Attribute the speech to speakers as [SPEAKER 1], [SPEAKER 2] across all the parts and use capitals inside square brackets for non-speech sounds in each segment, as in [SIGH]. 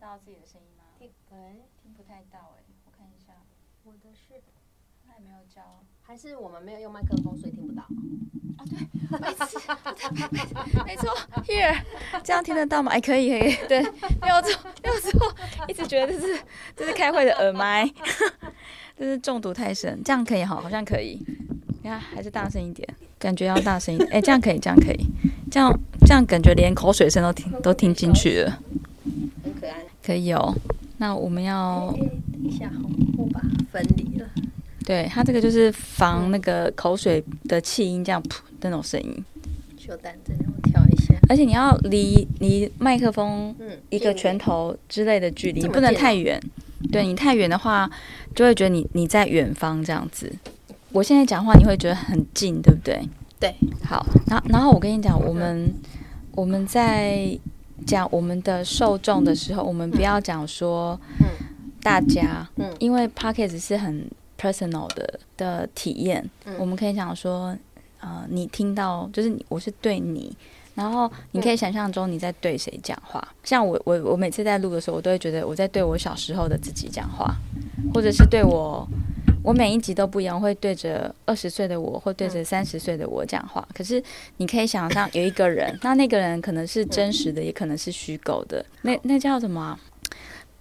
[SPEAKER 1] 到自己的声音吗？
[SPEAKER 2] 那个，
[SPEAKER 1] 听不太到哎、我看一下，
[SPEAKER 2] 我的是
[SPEAKER 1] 他还没有交。
[SPEAKER 2] 还是我们没有用麦克风，所以听不到。
[SPEAKER 1] 啊，对，没错，没 [LAUGHS] 错，here，这样听得到吗？哎，可以， [LAUGHS] 可以，对，没有错，没有错，一直觉得这是这是开会的耳麦， [LAUGHS] 这是中毒太深，这样可以哈，好像可以，你看还是大声一点，感觉要大声一点，哎，这样可以，这样可以，这样这样感觉连口水声都听都听进去了，
[SPEAKER 2] 很可爱。
[SPEAKER 1] 可以哦。那我们要
[SPEAKER 2] 哎等一下，我把它分离了。
[SPEAKER 1] 对它这个就是防那个口水的气音，这样噗的那种声音，
[SPEAKER 2] 就蛋真的，我调一下。
[SPEAKER 1] 而且你要离离麦克风
[SPEAKER 2] 嗯，
[SPEAKER 1] 一个拳
[SPEAKER 2] 头。
[SPEAKER 1] 头之类的距离，你
[SPEAKER 2] 这么
[SPEAKER 1] 不能
[SPEAKER 2] 近啊
[SPEAKER 1] 太远。对你太远的话，就会觉得你你在远方这样子。我现在讲话你会觉得很近，对不对？
[SPEAKER 2] 对。
[SPEAKER 1] 好，然后然后我跟你讲，我们我们在讲我们的受众的时候，我们不要讲说
[SPEAKER 2] 嗯
[SPEAKER 1] 大家，
[SPEAKER 2] 嗯
[SPEAKER 1] 因为 p o c k e t 是很 personal 的的体验，
[SPEAKER 2] 嗯
[SPEAKER 1] 我们可以讲说，呃，你听到就是你我是对你，然后
[SPEAKER 2] 嗯
[SPEAKER 1] 你可以想象中你在对谁讲话。像我我我每次在录的时候，我都会觉得我在对我小时候的自己讲话，或者是对我。我每一集都不一样，我会对着二十岁的我，或对着三十岁的我讲话。可是你可以想象有一个人，那那个人可能是真实的，也可能是虚构的。那那叫什么啊、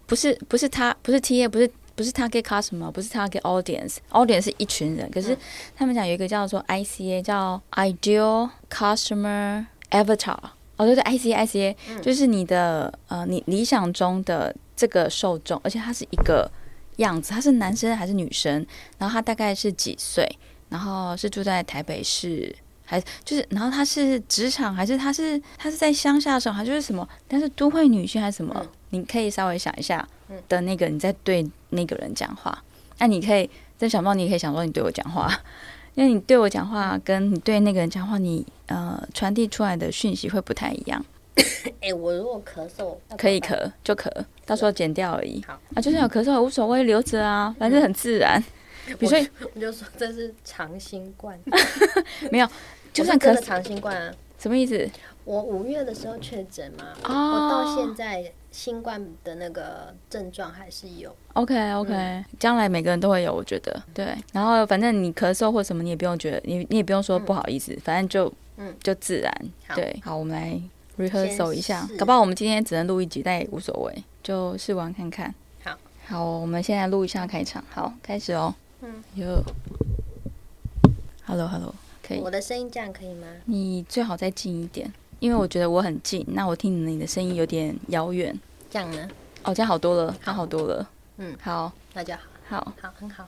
[SPEAKER 1] 不是不是他，不是 T A，不是不是 target customer，不是 target audience，audience 是一群人，可是他们讲有一个叫做 ICA，叫 Ideal Customer Avatar，哦对对，ICA ICA，、就是你的呃你理想中的这个受众，而且他是一个样子，他是男生还是女生，然后他大概是几岁，然后是住在台北市。还就是，然后他是职场，还是他是他是在乡下的时候，还是什么？但是都会女性还是什么？
[SPEAKER 2] 嗯
[SPEAKER 1] 你可以稍微想一下，
[SPEAKER 2] 嗯
[SPEAKER 1] 的那个你在对那个人讲话，那你可以在想不到，你也可以想说你对我讲话， [LAUGHS] 因为你对我讲话跟你对那个人讲话，你呃传递出来的讯息会不太一样。
[SPEAKER 2] 哎、我如果咳嗽，那
[SPEAKER 1] 可以
[SPEAKER 2] 怎么办。
[SPEAKER 1] 咳就咳，到时候剪掉而已。
[SPEAKER 2] 好
[SPEAKER 1] 啊，就算有咳嗽也无所谓，留着啊，反正很自然。比如说，
[SPEAKER 2] 我就说这是长新 [LAUGHS] 冠，
[SPEAKER 1] 就
[SPEAKER 2] 我
[SPEAKER 1] 算咳
[SPEAKER 2] 是真的
[SPEAKER 1] 嗽，
[SPEAKER 2] 长新冠啊。
[SPEAKER 1] 什么意思？
[SPEAKER 2] 我五月的时候确诊嘛，我
[SPEAKER 1] 哦
[SPEAKER 2] 到现在新冠的那个症状还是有。
[SPEAKER 1] OK
[SPEAKER 2] 嗯
[SPEAKER 1] OK，将来每个人都会有，我觉得对。然后反正你咳嗽或什么，你也不用觉得，你你也不用说不好意思，反正就
[SPEAKER 2] 嗯
[SPEAKER 1] 就自然。
[SPEAKER 2] 好
[SPEAKER 1] 对，好，我们来 rehearsal 一下
[SPEAKER 2] 试，
[SPEAKER 1] 搞不好我们今天只能录一集，但也无所谓，就试玩看看。
[SPEAKER 2] 好，
[SPEAKER 1] 好，我们现在录一下开场，好，开始哦。
[SPEAKER 2] 嗯，
[SPEAKER 1] 哟，Hello Hello，可以
[SPEAKER 2] 我，的声音这样可以吗？
[SPEAKER 1] 你最好再近一点，因为我觉得我很近，那我听你的声音有点遥远。
[SPEAKER 2] 这样呢？
[SPEAKER 1] 哦，这样好多了，它好多了。
[SPEAKER 2] 嗯，
[SPEAKER 1] 好，
[SPEAKER 2] 那就好，
[SPEAKER 1] 好。
[SPEAKER 2] 好，很好。